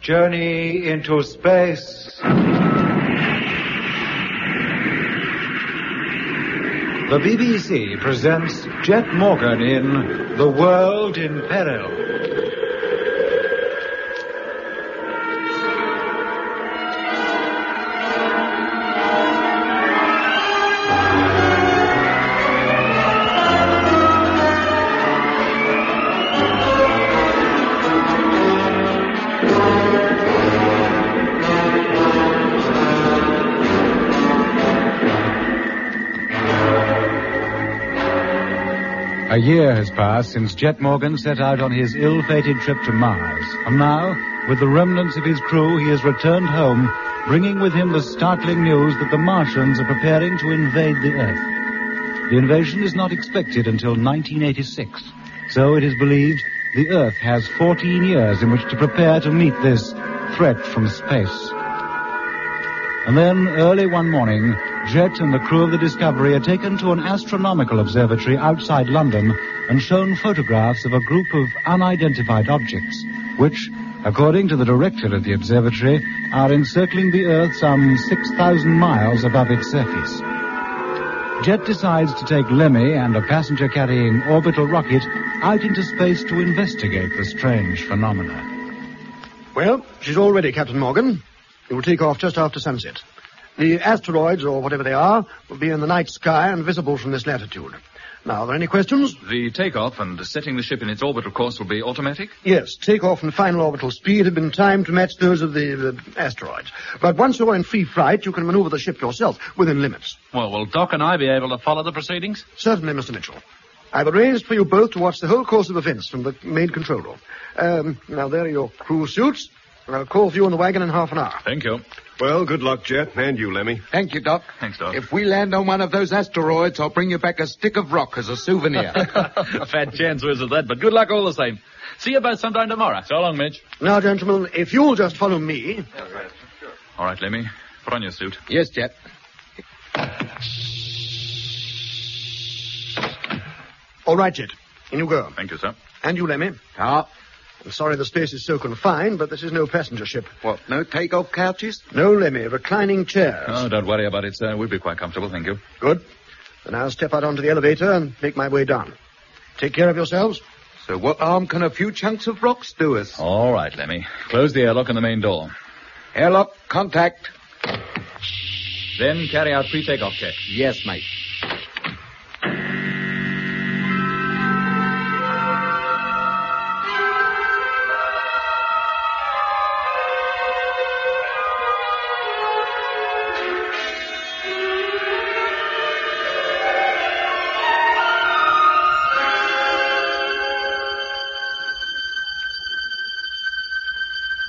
Journey into space. The BBC presents Jet Morgan in The World in Peril. A year has passed since Jet Morgan set out on his ill-fated trip to Mars. And now, with the remnants of his crew, he has returned home, bringing with him the startling news that the Martians are preparing to invade the Earth. The invasion is not expected until 1986. So it is believed the Earth has 14 years in which to prepare to meet this threat from space. And then, early one morning, Jet and the crew of the Discovery are taken to an astronomical observatory outside London and shown photographs of a group of unidentified objects, which, according to the director of the observatory, are encircling the Earth some 6,000 miles above its surface. Jet decides to take Lemmy and a passenger carrying orbital rocket out into space to investigate the strange phenomena. Well, she's all ready, Captain Morgan. It will take off just after sunset. The asteroids, or whatever they are, will be in the night sky and visible from this latitude. Now, are there any questions? The takeoff and setting the ship in its orbital course will be automatic? Yes, takeoff and final orbital speed have been timed to match those of the uh, asteroids. But once you're in free flight, you can maneuver the ship yourself within limits. Well, will Doc and I be able to follow the proceedings? Certainly, Mr. Mitchell. I've arranged for you both to watch the whole course of events from the main control room. Um, now, there are your crew suits. and I'll call for you in the wagon in half an hour. Thank you. Well, good luck, Jet, and you, Lemmy. Thank you, Doc. Thanks, Doc. If we land on one of those asteroids, I'll bring you back a stick of rock as a souvenir. Fat chance there is of that, but good luck all the same. See you both sometime tomorrow. So long, Mitch. Now, gentlemen, if you'll just follow me. All right, Lemmy. Put on your suit. yes, Jet. All right, Jet. In you go. Thank you, sir. And you, Lemmy. Ah, I'm sorry the space is so confined, but this is no passenger ship. what? No takeoff couches? No, Lemmy, reclining chairs. Oh, don't worry about it, sir. We'll be quite comfortable, thank you. Good. Then I'll step out onto the elevator and make my way down. Take care of yourselves. So what harm can a few chunks of rocks do us? All right, Lemmy. Close the airlock and the main door. Airlock, contact. Then carry out pre-takeoff checks. Yes, mate.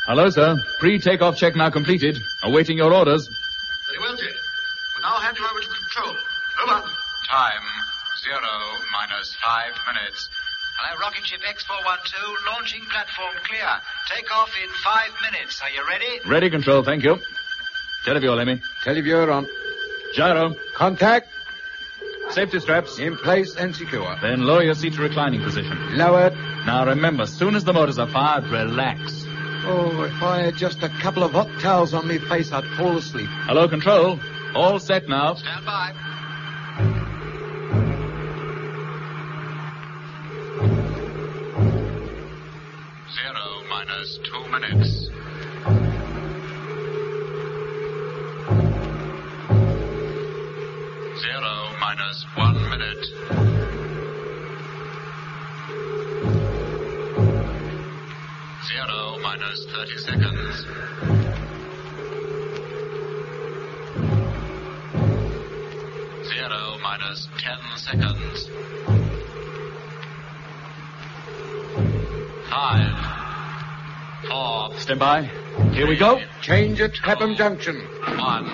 Hello, sir. Pre-takeoff check now completed. Awaiting your orders. Very well, Jet. We'll now hand you over to control. Over. Time, zero minus five minutes. Hello, rocket ship X412, launching platform clear. Take off in five minutes. Are you ready? Ready, control, thank you. Teleview, Lemmy. Televiewer on. Gyro. Contact. Safety straps. In place and secure. Then lower your seat to reclining position. Lowered. Now remember, soon as the motors are fired, relax. Oh, if I had just a couple of hot towels on my face, I'd fall asleep. Hello, control. All set now. Stand by. Zero minus two minutes. Zero minus one minute. Zero minus thirty seconds. Zero minus ten seconds. Five. Four. Stand by. Here we go. Change at Clapham Junction. One.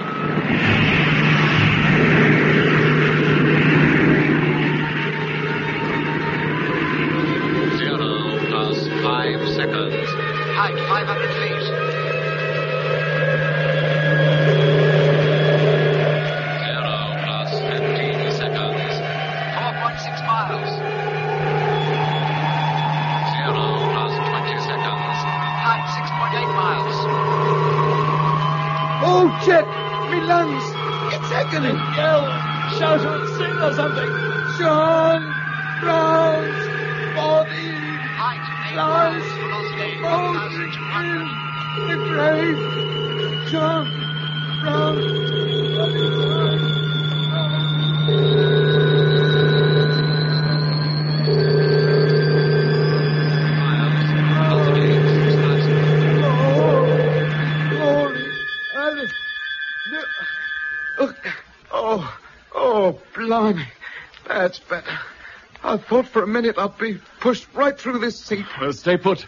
Zero plus five seconds. Height 500 feet. Zero plus 15 seconds. 4.6 miles. Zero plus 20 seconds. Height 6.8 miles. Jet! Me lungs! It's happening! Yell, shout out, sing or something. John Brown's body Height, eight lies miles. Velocity, floating 1,200. in the grave. John Brown's Holy Oh, Alice! No. Oh, oh, oh, blimey. That's better. I thought for a minute I'd be pushed right through this seat. Well, stay put.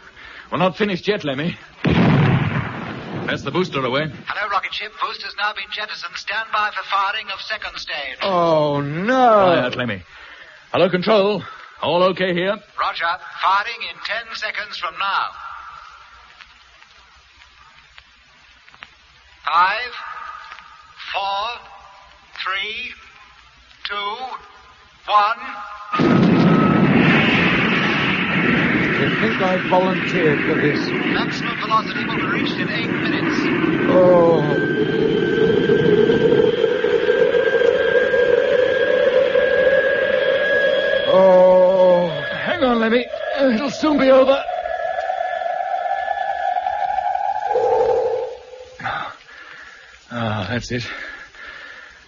We're not finished yet, Lemmy. That's the booster away. Hello, rocket ship. Booster's now been jettisoned. Stand by for firing of second stage. Oh, Fire no. out, Lemmy. Hello, control. All okay here? Roger. Firing in ten seconds from now. Five, four, three, two, one. You think I volunteered for this? Maximum velocity will be reached in eight minutes. Oh, Oh. Hang on, Lemmy. Uh, It'll soon be over. Ah, that's it.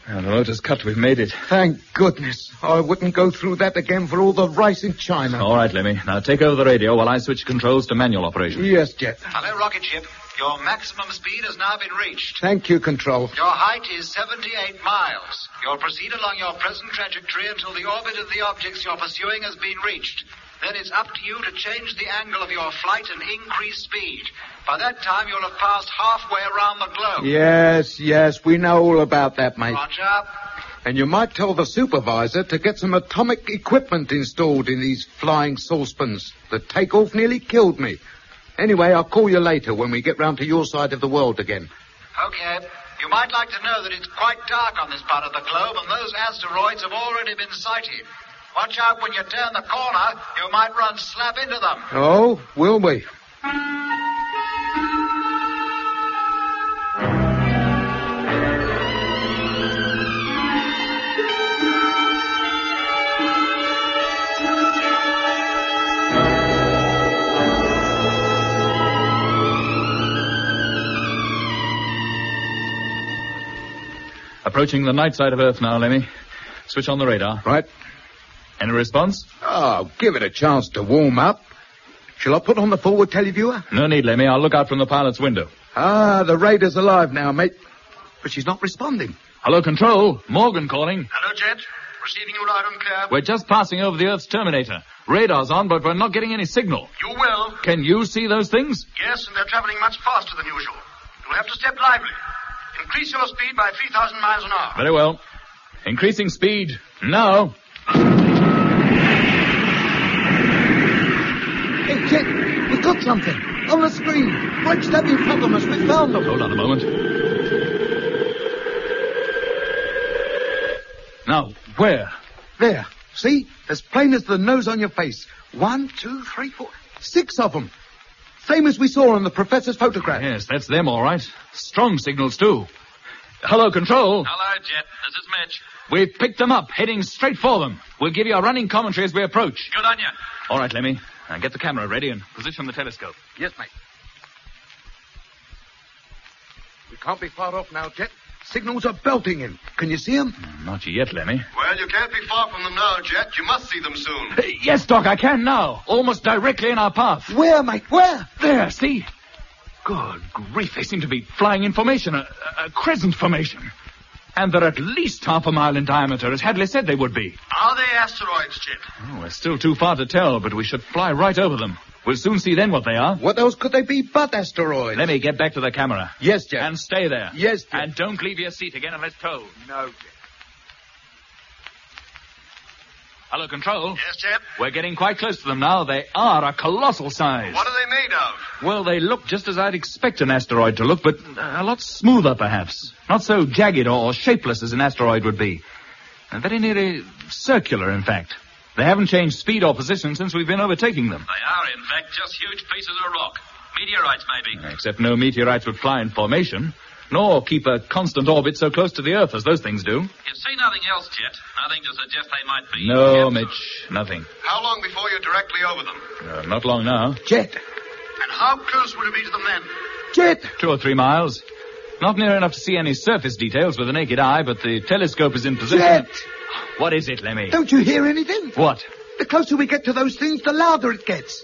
Now the motor's cut. We've made it. thank goodness. I wouldn't go through that again for all the rice in China. All right, Lemmy. Now take over the radio while I switch controls to manual operation. Yes, Jet. Hello, rocket ship. Your maximum speed has now been reached. Thank you, Control. Your height is 78 miles. You'll proceed along your present trajectory until the orbit of the objects you're pursuing has been reached. Then it's up to you to change the angle of your flight and increase speed. By that time, you'll have passed halfway around the globe. Yes, yes, we know all about that, mate. Roger. And you might tell the supervisor to get some atomic equipment installed in these flying saucepans. The takeoff nearly killed me. Anyway, I'll call you later when we get round to your side of the world again. Okay. You might like to know that it's quite dark on this part of the globe, and those asteroids have already been sighted. Watch out when you turn the corner, you might run slap into them. Oh, will we? Approaching the night side of Earth now, Lemmy. Switch on the radar. Right? Any response? Oh, give it a chance to warm up. Shall I put on the forward televiewer? No need, Lemmy. I'll look out from the pilot's window. Ah, the raider's alive now, mate. But she's not responding. Hello, control. Morgan calling. Hello, Jet. Receiving you loud and clear. We're just passing over the Earth's terminator. Radar's on, but we're not getting any signal. You will. Can you see those things? Yes, and they're traveling much faster than usual. You'll have to step lively. Increase your speed by 3,000 miles an hour. Very well. Increasing speed now. Hey, Jet, we've got something. On the screen. Right stab in front of us. We found them. Hold on a moment. Now, where? There. See? As plain as the nose on your face. One, two, three, four, six of them. Same as we saw on the professor's photograph. Yes, that's them, all right. Strong signals, too. Hello, control. Hello, Jet. This is Mitch. We've picked them up, heading straight for them. We'll give you a running commentary as we approach. Good on you. All right, Lemmy. Now get the camera ready and position the telescope. Yes, mate. We can't be far off now, Jet. Signals are belting in. Can you see 'em? Not yet, Lemmy. Well, you can't be far from them now, Jet. You must see them soon. Yes, Doc, I can now. Almost directly in our path. Where, mate? Where? There, see? Good grief, they seem to be flying in formation, a, a crescent formation. And they're at least half a mile in diameter, as Hadley said they would be. Are they asteroids, Jet? Oh, we're still too far to tell, but we should fly right over them. We'll soon see then what they are. What else could they be but asteroids? Let me get back to the camera. Yes, Jet. And stay there. Yes, Jet. And don't leave your seat again unless told. No, Jet. Hello, Control. Yes, Jet. We're getting quite close to them now. They are a colossal size. What are they made of? Well, they look just as I'd expect an asteroid to look, but a lot smoother, perhaps. Not so jagged or shapeless as an asteroid would be. And very nearly circular, in fact. They haven't changed speed or position since we've been overtaking them. They are, in fact, just huge pieces of rock. Meteorites, maybe. Except no meteorites would fly in formation. nor keep a constant orbit so close to the Earth as those things do. You see nothing else, Jet. Nothing to suggest they might be. No, Yep. Mitch, nothing. How long before you're directly over them? Uh, not long now. Jet! And how close will you be to them then? Jet! Two or three miles. Not near enough to see any surface details with the naked eye, but the telescope is in position. Jet! What is it, Lemmy? Don't you hear anything? What? The closer we get to those things, the louder it gets.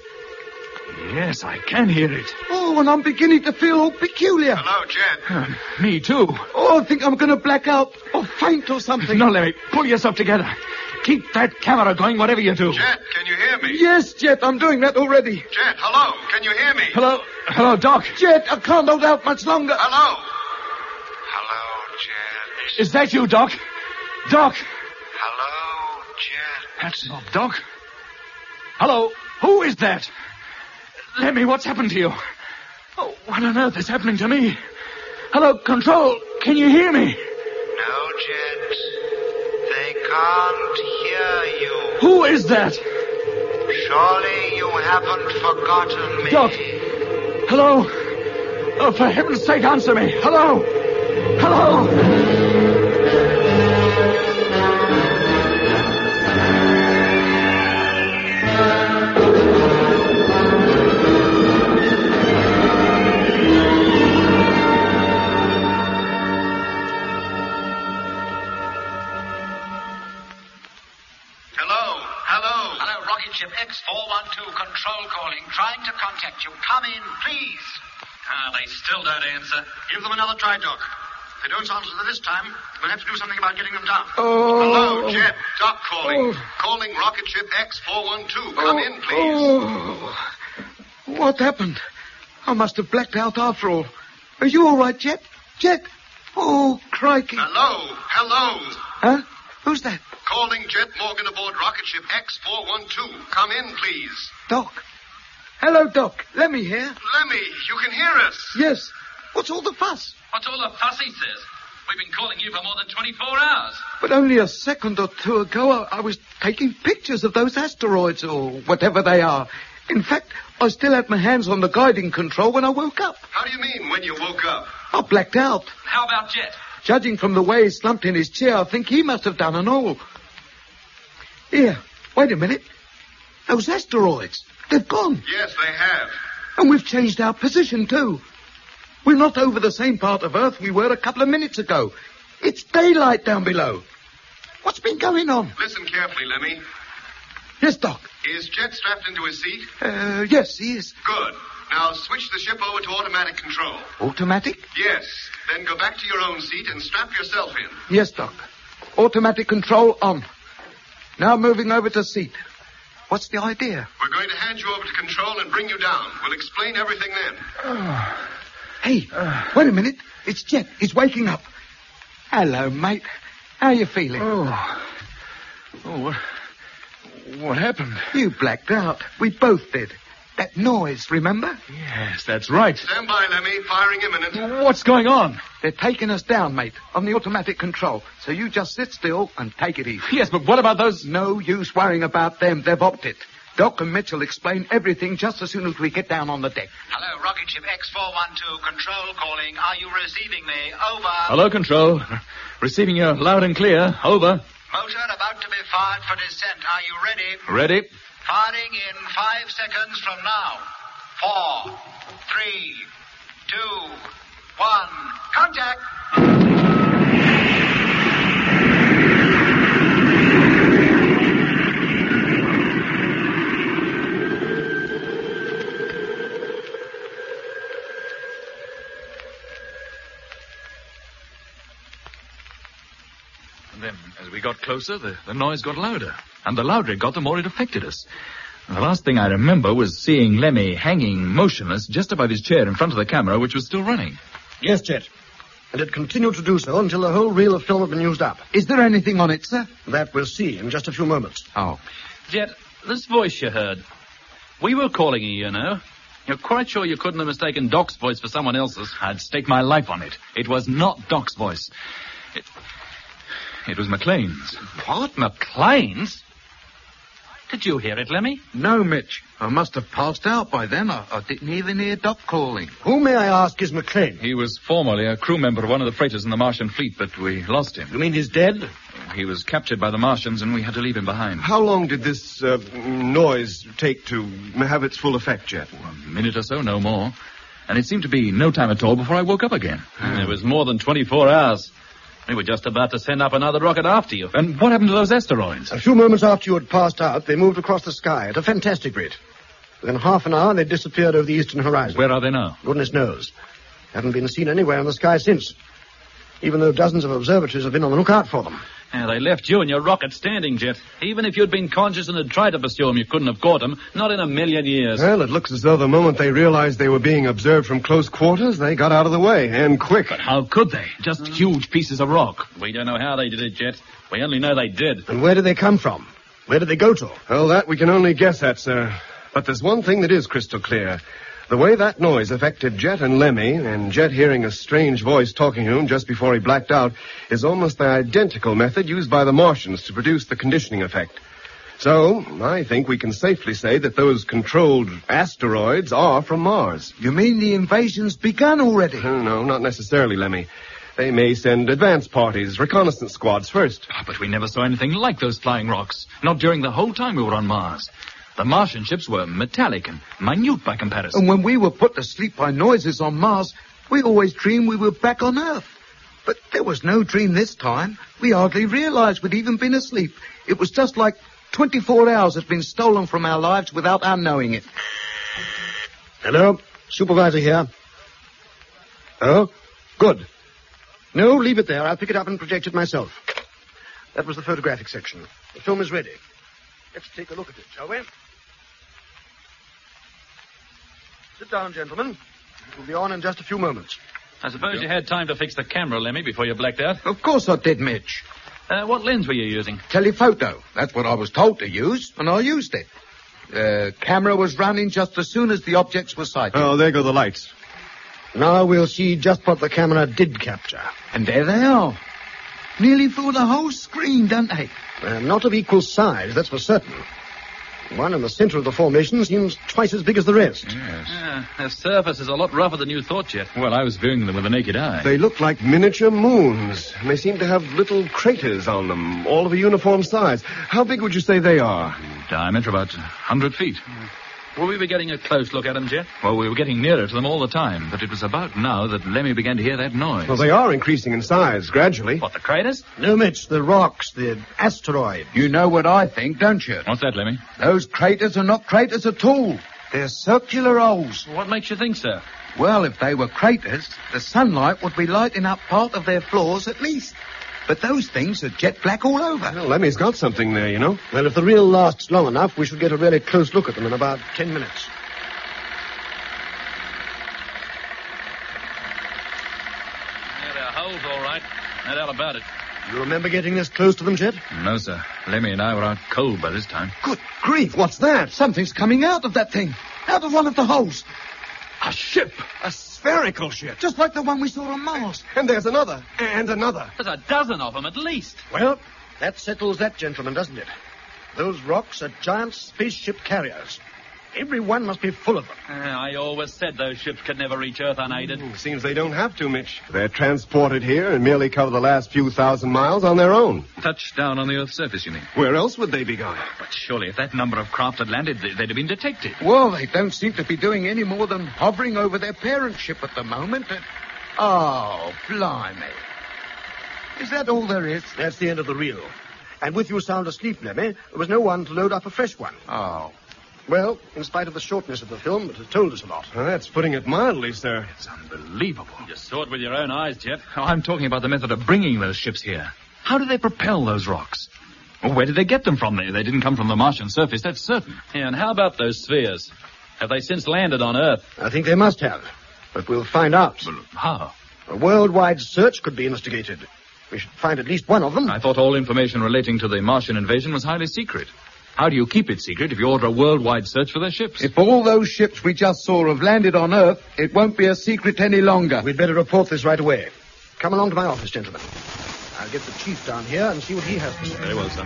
Yes, I can hear it. Oh, and I'm beginning to feel all peculiar. Hello, Jed. Me too. Oh, I think I'm going to black out or faint or something. No, Lemmy, pull yourself together. Keep that camera going, whatever you do. Jed, can you hear me? Yes, Jet, I'm doing that already. Jed, hello. Can you hear me? Hello, hello, Doc. Jet, I can't hold out much longer. Hello. Hello, Jed. Is that you, Doc? Doc. Hello, Jed. That's not Doc. Hello, who is that? Lemmy, what's happened to you? Oh, what on earth is happening to me? Hello, Control, can you hear me? No, Jed. They can't hear you. Who is that? Surely you haven't forgotten me. Doc. Hello? Oh, for heaven's sake, answer me. Hello? Hello? Hello. Hello. Hello, rocket ship X412 control calling, trying to contact you. Come in, please. Ah, they still don't answer. Give them another try, Doc. If they don't answer this time, we'll have to do something about getting them down. Oh. Hello, Jed. Doc calling. Calling rocket ship X412. Come in, please. Oh, what happened? I must have blacked out after all. Are you all right, Jet? Jet? Oh, crikey. Hello. Hello. Huh? Who's that? Calling Jet Morgan aboard rocket ship X412. Come in, please. Doc. Hello, Doc. Let me hear. Lemmy, you can hear us. Yes. What's all the fuss? What's all the fuss he says? We've been calling you for more than 24 hours. But only a second or two ago, I, I was taking pictures of those asteroids or whatever they are. In fact, I still had my hands on the guiding control when I woke up. How do you mean when you woke up? I blacked out. How about Jet? Judging from the way he slumped in his chair, I think he must have done an all. Here, wait a minute. Those asteroids, they've gone. Yes, they have. And we've changed our position, too. We're not over the same part of Earth we were a couple of minutes ago. It's daylight down below. What's been going on? Listen carefully, Lemmy. Yes, Doc. Is Jet strapped into his seat? Uh, yes, he is. Good. Now switch the ship over to automatic control. Automatic? Yes. Then go back to your own seat and strap yourself in. Yes, Doc. Automatic control on. Now moving over to seat. What's the idea? We're going to hand you over to control and bring you down. We'll explain everything then. Hey, wait a minute. It's Jet. He's waking up. Hello, mate. How you feeling? Oh. Oh, what, what happened? You blacked out. We both did. That noise, remember? Yes, that's right. Stand by, Lemmy. Firing imminent. What's going on? They're taking us down, mate, on the automatic control. So you just sit still and take it easy. Yes, but what about those. No use worrying about them. They've opted. Doc and Mitchell explain everything just as soon as we get down on the deck. Hello, rocket ship X412 control calling. Are you receiving me? Over. Hello, Control. Receiving you loud and clear. Over. Motor about to be fired for descent. Are you ready? Ready? Firing in five seconds from now. Four, three, two, one. Contact! And then, as we got closer, the, the noise got louder. And the louder it got, the more it affected us. And the last thing I remember was seeing Lemmy hanging motionless just above his chair in front of the camera, which was still running. Yes, Jet. And it continued to do so until the whole reel of film had been used up. Is there anything on it, sir? That we'll see in just a few moments. Oh. Jet, this voice you heard. We were calling you, you know. You're quite sure you couldn't have mistaken Doc's voice for someone else's? I'd stake my life on it. It was not Doc's voice. It, it was McLean's. What? McLean's? Did you hear it, Lemmy? No, Mitch. I must have passed out by then. I, I didn't even hear Doc calling. Who, may I ask, is McLean? He was formerly a crew member of one of the freighters in the Martian fleet, but we lost him. You mean he's dead? He was captured by the Martians, and we had to leave him behind. How long did this uh, noise take to have its full effect, Jet? A minute or so, no more. And it seemed to be no time at all before I woke up again. It was more than 24 hours. We were just about to send up another rocket after you. And what happened to those asteroids? A few moments after you had passed out, they moved across the sky at a fantastic rate. Within half an hour, they disappeared over the eastern horizon. Where are they now? Goodness knows. Haven't been seen anywhere in the sky since. Even though dozens of observatories have been on the lookout for them. Yeah, Ah, they left you and your rocket standing, Jet. Even if you'd been conscious and had tried to pursue 'em, you couldn't have caught 'em. Not in a million years. Well, it looks as though the moment they realized they were being observed from close quarters, they got out of the way, and quick. How could they? Just huge pieces of rock. We don't know how they did it, Jet. We only know they did. And where did they come from? Where did they go to? Well, that we can only guess at, sir. But there's one thing that is crystal clear. The way that noise affected Jet and Lemmy, and Jet hearing a strange voice talking to him just before he blacked out, is almost the identical method used by the Martians to produce the conditioning effect. So, I think we can safely say that those controlled asteroids are from Mars. You mean the invasion's begun already? Oh, No, not necessarily, Lemmy. They may send advance parties, reconnaissance squads first. Ah, But we never saw anything like those flying rocks. Not during the whole time we were on Mars. The Martian ships were metallic and minute by comparison. And when we were put to sleep by noises on Mars, we always dreamed we were back on Earth. But there was no dream this time. We hardly realized we'd even been asleep. It was just like 24 hours had been stolen from our lives without our knowing it. Hello? Supervisor here. Oh? Good. No, leave it there. I'll pick it up and project it myself. That was the photographic section. The film is ready. Let's take a look at it, shall we? Sit down, gentlemen. It will be on in just a few moments. I suppose you had time to fix the camera, Lemmy, before you blacked out. Of course I did, Mitch. Uh, what lens were you using? Telephoto. That's what I was told to use, and I used it. The camera was running just as soon as the objects were sighted. Uh. Oh, there go the lights. Now we'll see just what the camera did capture. And there they are. Nearly fill the whole screen, don't they? They're Uh, not of equal size, that's for certain. One in the center of the formation seems twice as big as the rest. Yeah, Uh, the surface is a lot rougher than you thought, Jet. Well, I was viewing them with the naked eye. They look like miniature moons. and They seem to have little craters on them, all of a uniform size. How big would you say they are? Diameter about 100 feet. Well, we were getting a close look at 'em, Jet. Well, we were getting nearer to them all the time, but it was about now that Lemmy began to hear that noise. Well, they are increasing in size gradually. What, the craters? No, Mitch, the rocks, the asteroid. You know what I think, don't you? What's that, Lemmy? Those craters are not craters at all. They're circular holes. What makes you think so? Well, if they were craters, the sunlight would be lighting up part of their floors at least. But those things are jet black all over. Well, Lemmy's got something there, you know. Well, if the reel lasts long enough, we shall get a really close look at them in about ten minutes. Yeah, they're holes, all right. No doubt about it. You remember getting this close to them, Chet? No, sir. Lemmy and I were out cold by this time. Good grief, what's that? Something's coming out of that thing. Out of one of the holes. A ship! A spherical ship! Just like the one we saw on Mars. And there's another, and another. There's a dozen of 'em at least. Well, that settles that, gentlemen, doesn't it? Those rocks are giant spaceship carriers. Every one must be full of them. Uh, I always said those ships could never reach Earth unaided. Seems they don't have to, Mitch. They're transported here and merely cover the last few thousand miles on their own. Touchdown on the Earth's surface, you mean? Where else would they be going? But surely if that number of craft had landed, they- they'd have been detected. Well, they don't seem to be doing any more than hovering over their parent ship at the moment. And... Oh, blimey. Is that all there is? That's the end of the reel. And with you sound asleep, Lemmy, there was no one to load up a fresh one. Oh, Well, in spite of the shortness of the film, it has told us a lot. Well, that's putting it mildly, sir. It's unbelievable. You saw it with your own eyes, Jet. Oh, I'm talking about the method of bringing those ships here. How do they propel those rocks? Well, where did they get them from? They, they didn't come from the Martian surface, that's certain. Yeah, and how about those spheres? Have they since landed on Earth? I think they must have. But we'll find out. Well, how? A worldwide search could be instigated. We should find at least one of them. I thought all information relating to the Martian invasion was highly secret. How do you keep it secret if you order a worldwide search for their ships? If all those ships we just saw have landed on Earth, it won't be a secret any longer. We'd better report this right away. Come along to my office, gentlemen. I'll get the chief down here and see what he has to say. Very well, sir.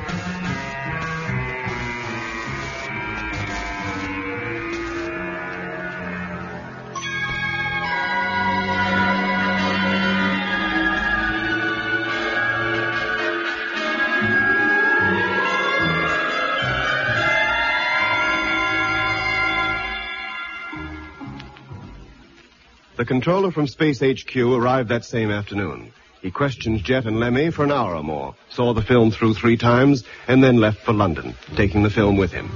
The controller from Space HQ arrived that same afternoon. He questioned Jet and Lemmy for an hour or more, saw the film through three times, and then left for London, taking the film with him.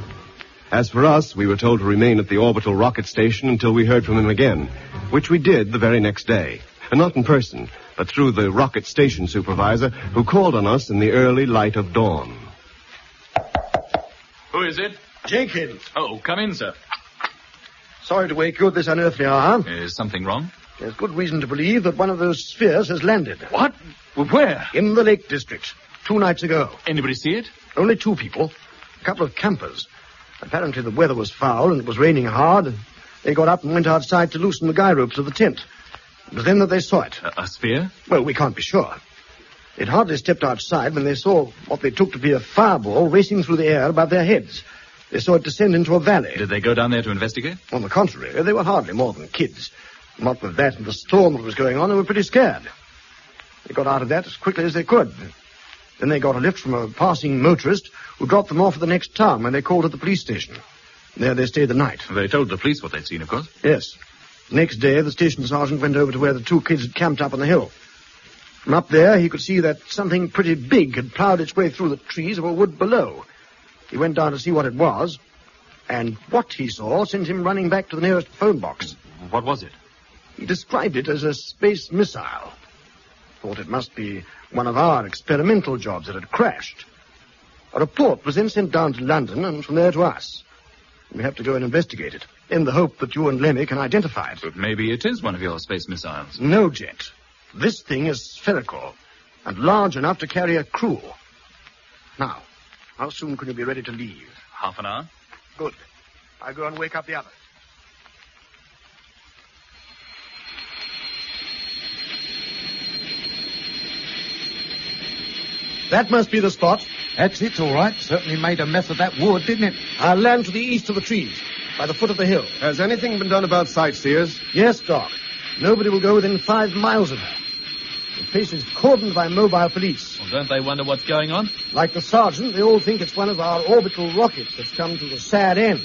As for us, we were told to remain at the orbital rocket station until we heard from him again, which we did the very next day. And not in person, but through the rocket station supervisor who called on us in the early light of dawn. Who is it? Jenkins. Oh, come in, sir. Sorry to wake you at this unearthly hour. Is something wrong? There's good reason to believe that one of those spheres has landed. What? Where? In the Lake District. Two nights ago. Anybody see it? Only two people. A couple of campers. Apparently the weather was foul and it was raining hard. They got up and went outside to loosen the guy ropes of the tent. It was then that they saw it. A, a sphere? Well, we can't be sure. They'd hardly stepped outside when they saw what they took to be a fireball racing through the air above their heads. They saw it descend into a valley. Did they go down there to investigate? On the contrary, they were hardly more than kids. What with that and the storm that was going on, they were pretty scared. They got out of that as quickly as they could. Then they got a lift from a passing motorist who dropped them off at the next town when they called at the police station. There they stayed the night. They told the police what they'd seen, of course. Yes. Next day, the station sergeant went over to where the two kids had camped up on the hill. From up there, he could see that something pretty big had ploughed its way through the trees of a wood below. He went down to see what it was, and what he saw sent him running back to the nearest phone box. What was it? He described it as a space missile. Thought it must be one of our experimental jobs that had crashed. A report was then sent down to London and from there to us. We have to go and investigate it, in the hope that you and Lemmy can identify it. But Uh, maybe it is one of your space missiles. No, Jet. This thing is spherical and large enough to carry a crew. Now, how soon can you be ready to leave? Half an hour? Good. I'll go and wake up the others. That must be the spot. That's it, all right. Certainly made a mess of that wood, didn't it? I'll land to the east of the trees, by the foot of the hill. Has anything been done about sightseers? Yes, Doc. Nobody will go within five miles of her. The place is cordoned by mobile police. Well, don't they wonder what's going on? Like the sergeant, they all think it's one of our orbital rockets that's come to a sad end.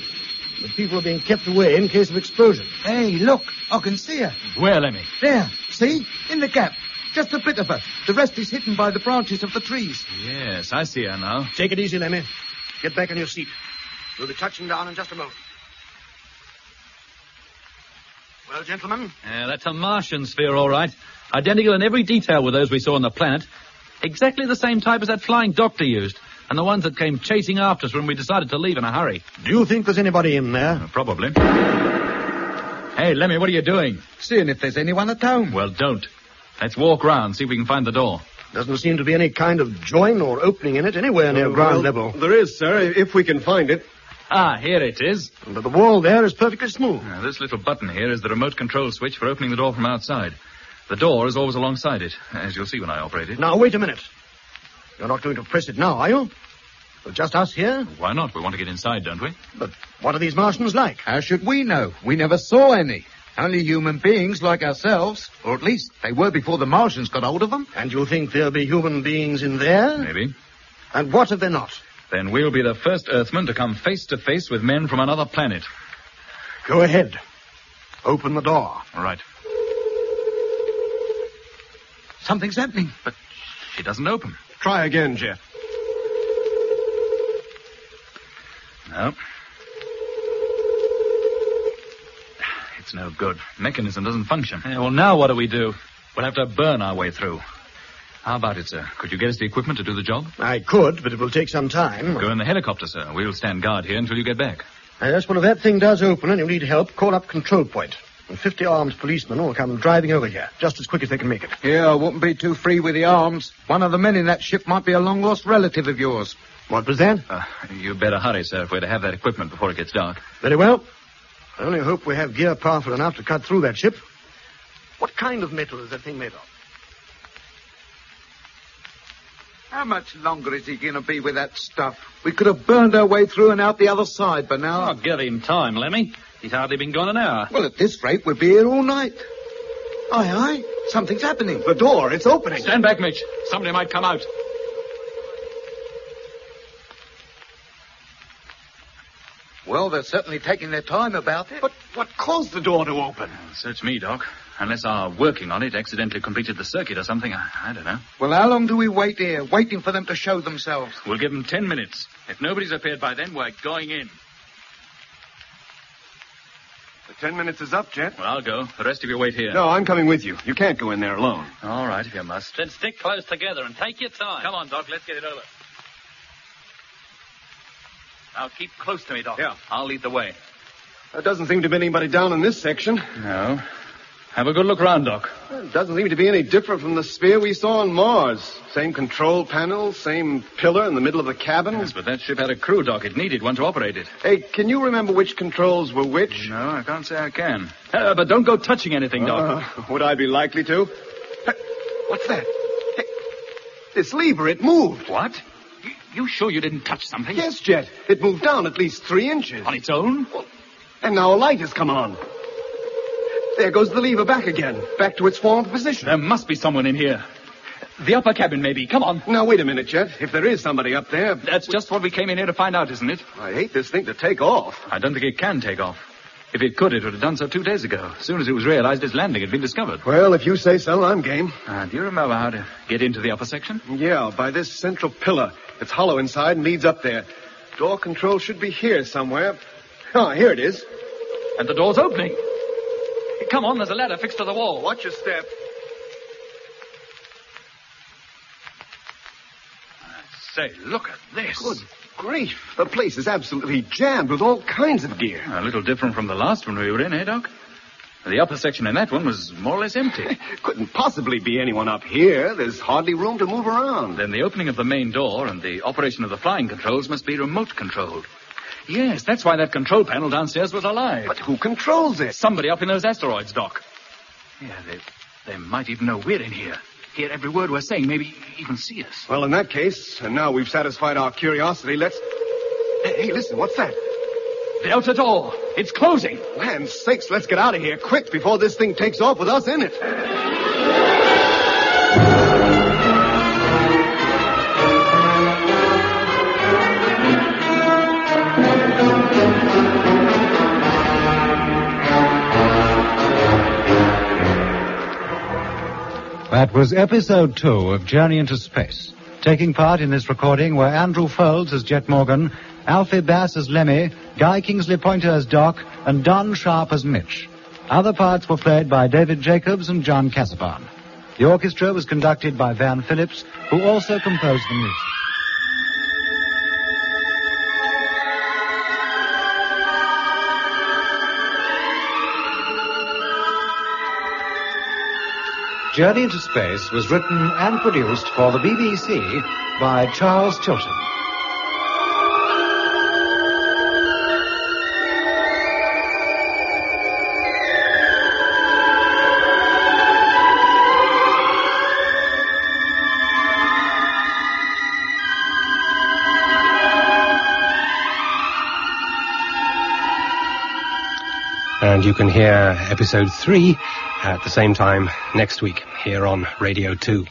The people are being kept away in case of explosion. Hey, look. I can see her. Where, Lemmy? There. See? In the gap. Just a bit of her. The rest is hidden by the branches of the trees. Yes, I see her now. Take it easy, Lemmy. Get back on your seat. We'll be touching down in just a moment. Well, gentlemen, Yeah, that's a Martian sphere, all right. Identical in every detail with those we saw on the planet. Exactly the same type as that flying doctor used, and the ones that came chasing after us when we decided to leave in a hurry. do you think there's anybody in there? Probably. Hey, Lemmy, what are you doing? Seeing if there's anyone at home. Well, don't. Let's walk round, see if we can find the door. Doesn't seem to be any kind of join or opening in it anywhere near ground Well, level. There is, sir, i- if we can find it. Ah, here it is. But the wall there is perfectly smooth. Now, this little button here is the remote control switch for opening the door from outside. The door is always alongside it, as you'll see when I operate it. Now, wait a minute. You're not going to press it now, are you? Well, just us here? Why not? We want to get inside, don't we? But what are these Martians like? How should we know? We never saw any. Only human beings like ourselves. Or at least they were before the Martians got hold of them. And you think there'll be human beings in there? Maybe. And what if they're not? Then we'll be the first Earthmen to come face to face with men from another planet. Go ahead. Open the door. All right. Something's happening. It doesn't open. Try again, Jet. No. It's no good. Mechanism doesn't function. Yeah, Eh, well, now what do we do? We'll have to burn our way through. How about it, sir? Could you get us the equipment to do the job? I could, but it will take some time. Go in the helicopter, sir. We'll stand guard here until you get back. Yes, well, if that thing does open and you need help, call up control point. And 50 armed policemen will come driving over here just as quick as they can make it. Yeah, I wouldn't be too free with the arms. One of the men in that ship might be a long lost relative of yours. What was that? Uh, you better hurry, sir, if we're to have that equipment before it gets dark. Very well. I only hope we have gear powerful enough to cut through that ship. What kind of metal is that thing made of? How much longer is he going to be with that stuff? We could have burned our way through and out the other side by now. I'll give him time, Lemmy. He's hardly been gone an hour. Well, at this rate, we'll be here all night. Aye, aye. Something's happening. The door, it's opening. Stand back, Mitch. Somebody might come out. Well, they're certainly taking their time about it. But what caused the door to open? Search me, Doc. Unless our working on it accidentally completed the circuit or something. I, I don't know. Well, how long do we wait here, waiting for them to show themselves? We'll give them ten minutes. If nobody's appeared by then, we're going in. The ten minutes is up, Jet. Well, I'll go. The rest of you wait here. No, I'm coming with you. You can't go in there alone. All right, if you must. Then stick close together and take your time. Come on, Doc. Let's get it over. Now keep close to me, Doc. Yeah. I'll lead the way. There doesn't seem to be anybody down in this section. No. Have a good look round, Doc. It doesn't seem to be any different from the sphere we saw on Mars. Same control panel, same pillar in the middle of the cabin. Yes, but that ship had a crew, Doc. It needed one to operate it. Hey, can you remember which controls were which? No, I can't say I can. Uh-huh. Uh, but don't go touching anything, Doc. Uh, would I be likely to? Hey, what's that? Hey, this lever, it moved. What? You, you sure you didn't touch something? Yes, Jet. It moved down at least three inches. On its own? And now a light has come on. There goes the lever back again, back to its former position. There must be someone in here. The upper cabin, maybe. Come on. Now, wait a minute, Jet. If there is somebody up there, That's just what we came in here to find out, isn't it? I hate this thing to take off. I don't think it can take off. If it could, it would have done so two days ago, as soon as it was realized its landing had been discovered. Well, if you say so, I'm game. Uh, do you remember how to get into the upper section? Yeah, by this central pillar. It's hollow inside and leads up there. Door control should be here somewhere. Ah, here it is. And the door's opening. Come on, there's a ladder fixed to the wall. Watch your step. Say, look at this. Good grief. The place is absolutely jammed with all kinds of gear. A little different from the last one we were in, eh, Doc? The upper section in that one was more or less empty. Couldn't possibly be anyone up here. There's hardly room to move around. then the opening of the main door and the operation of the flying controls must be remote controlled. Yes, that's why that control panel downstairs was alive. But who controls it? Somebody up in those asteroids, Doc. Yeah, they, they might even know we're in here. Hear every word we're saying, maybe even see us. Well, in that case, and now we've satisfied our curiosity, let's. Hey, hey, listen, what's that? The outer door! It's closing! Land sakes, let's get out of here quick before this thing takes off with us in it. That was episode two of Journey into Space. Taking part in this recording were Andrew Folds as Jet Morgan, Alfie Bass as Lemmy, Guy Kingsley Pointer as Doc, and Don Sharp as Mitch. Other parts were played by David Jacobs and John Casaban. The orchestra was conducted by Van Phillips, who also composed the music. Journey into Space was written and produced for the BBC by Charles Chilton. And you can hear episode three at the same time next week here on Radio 2.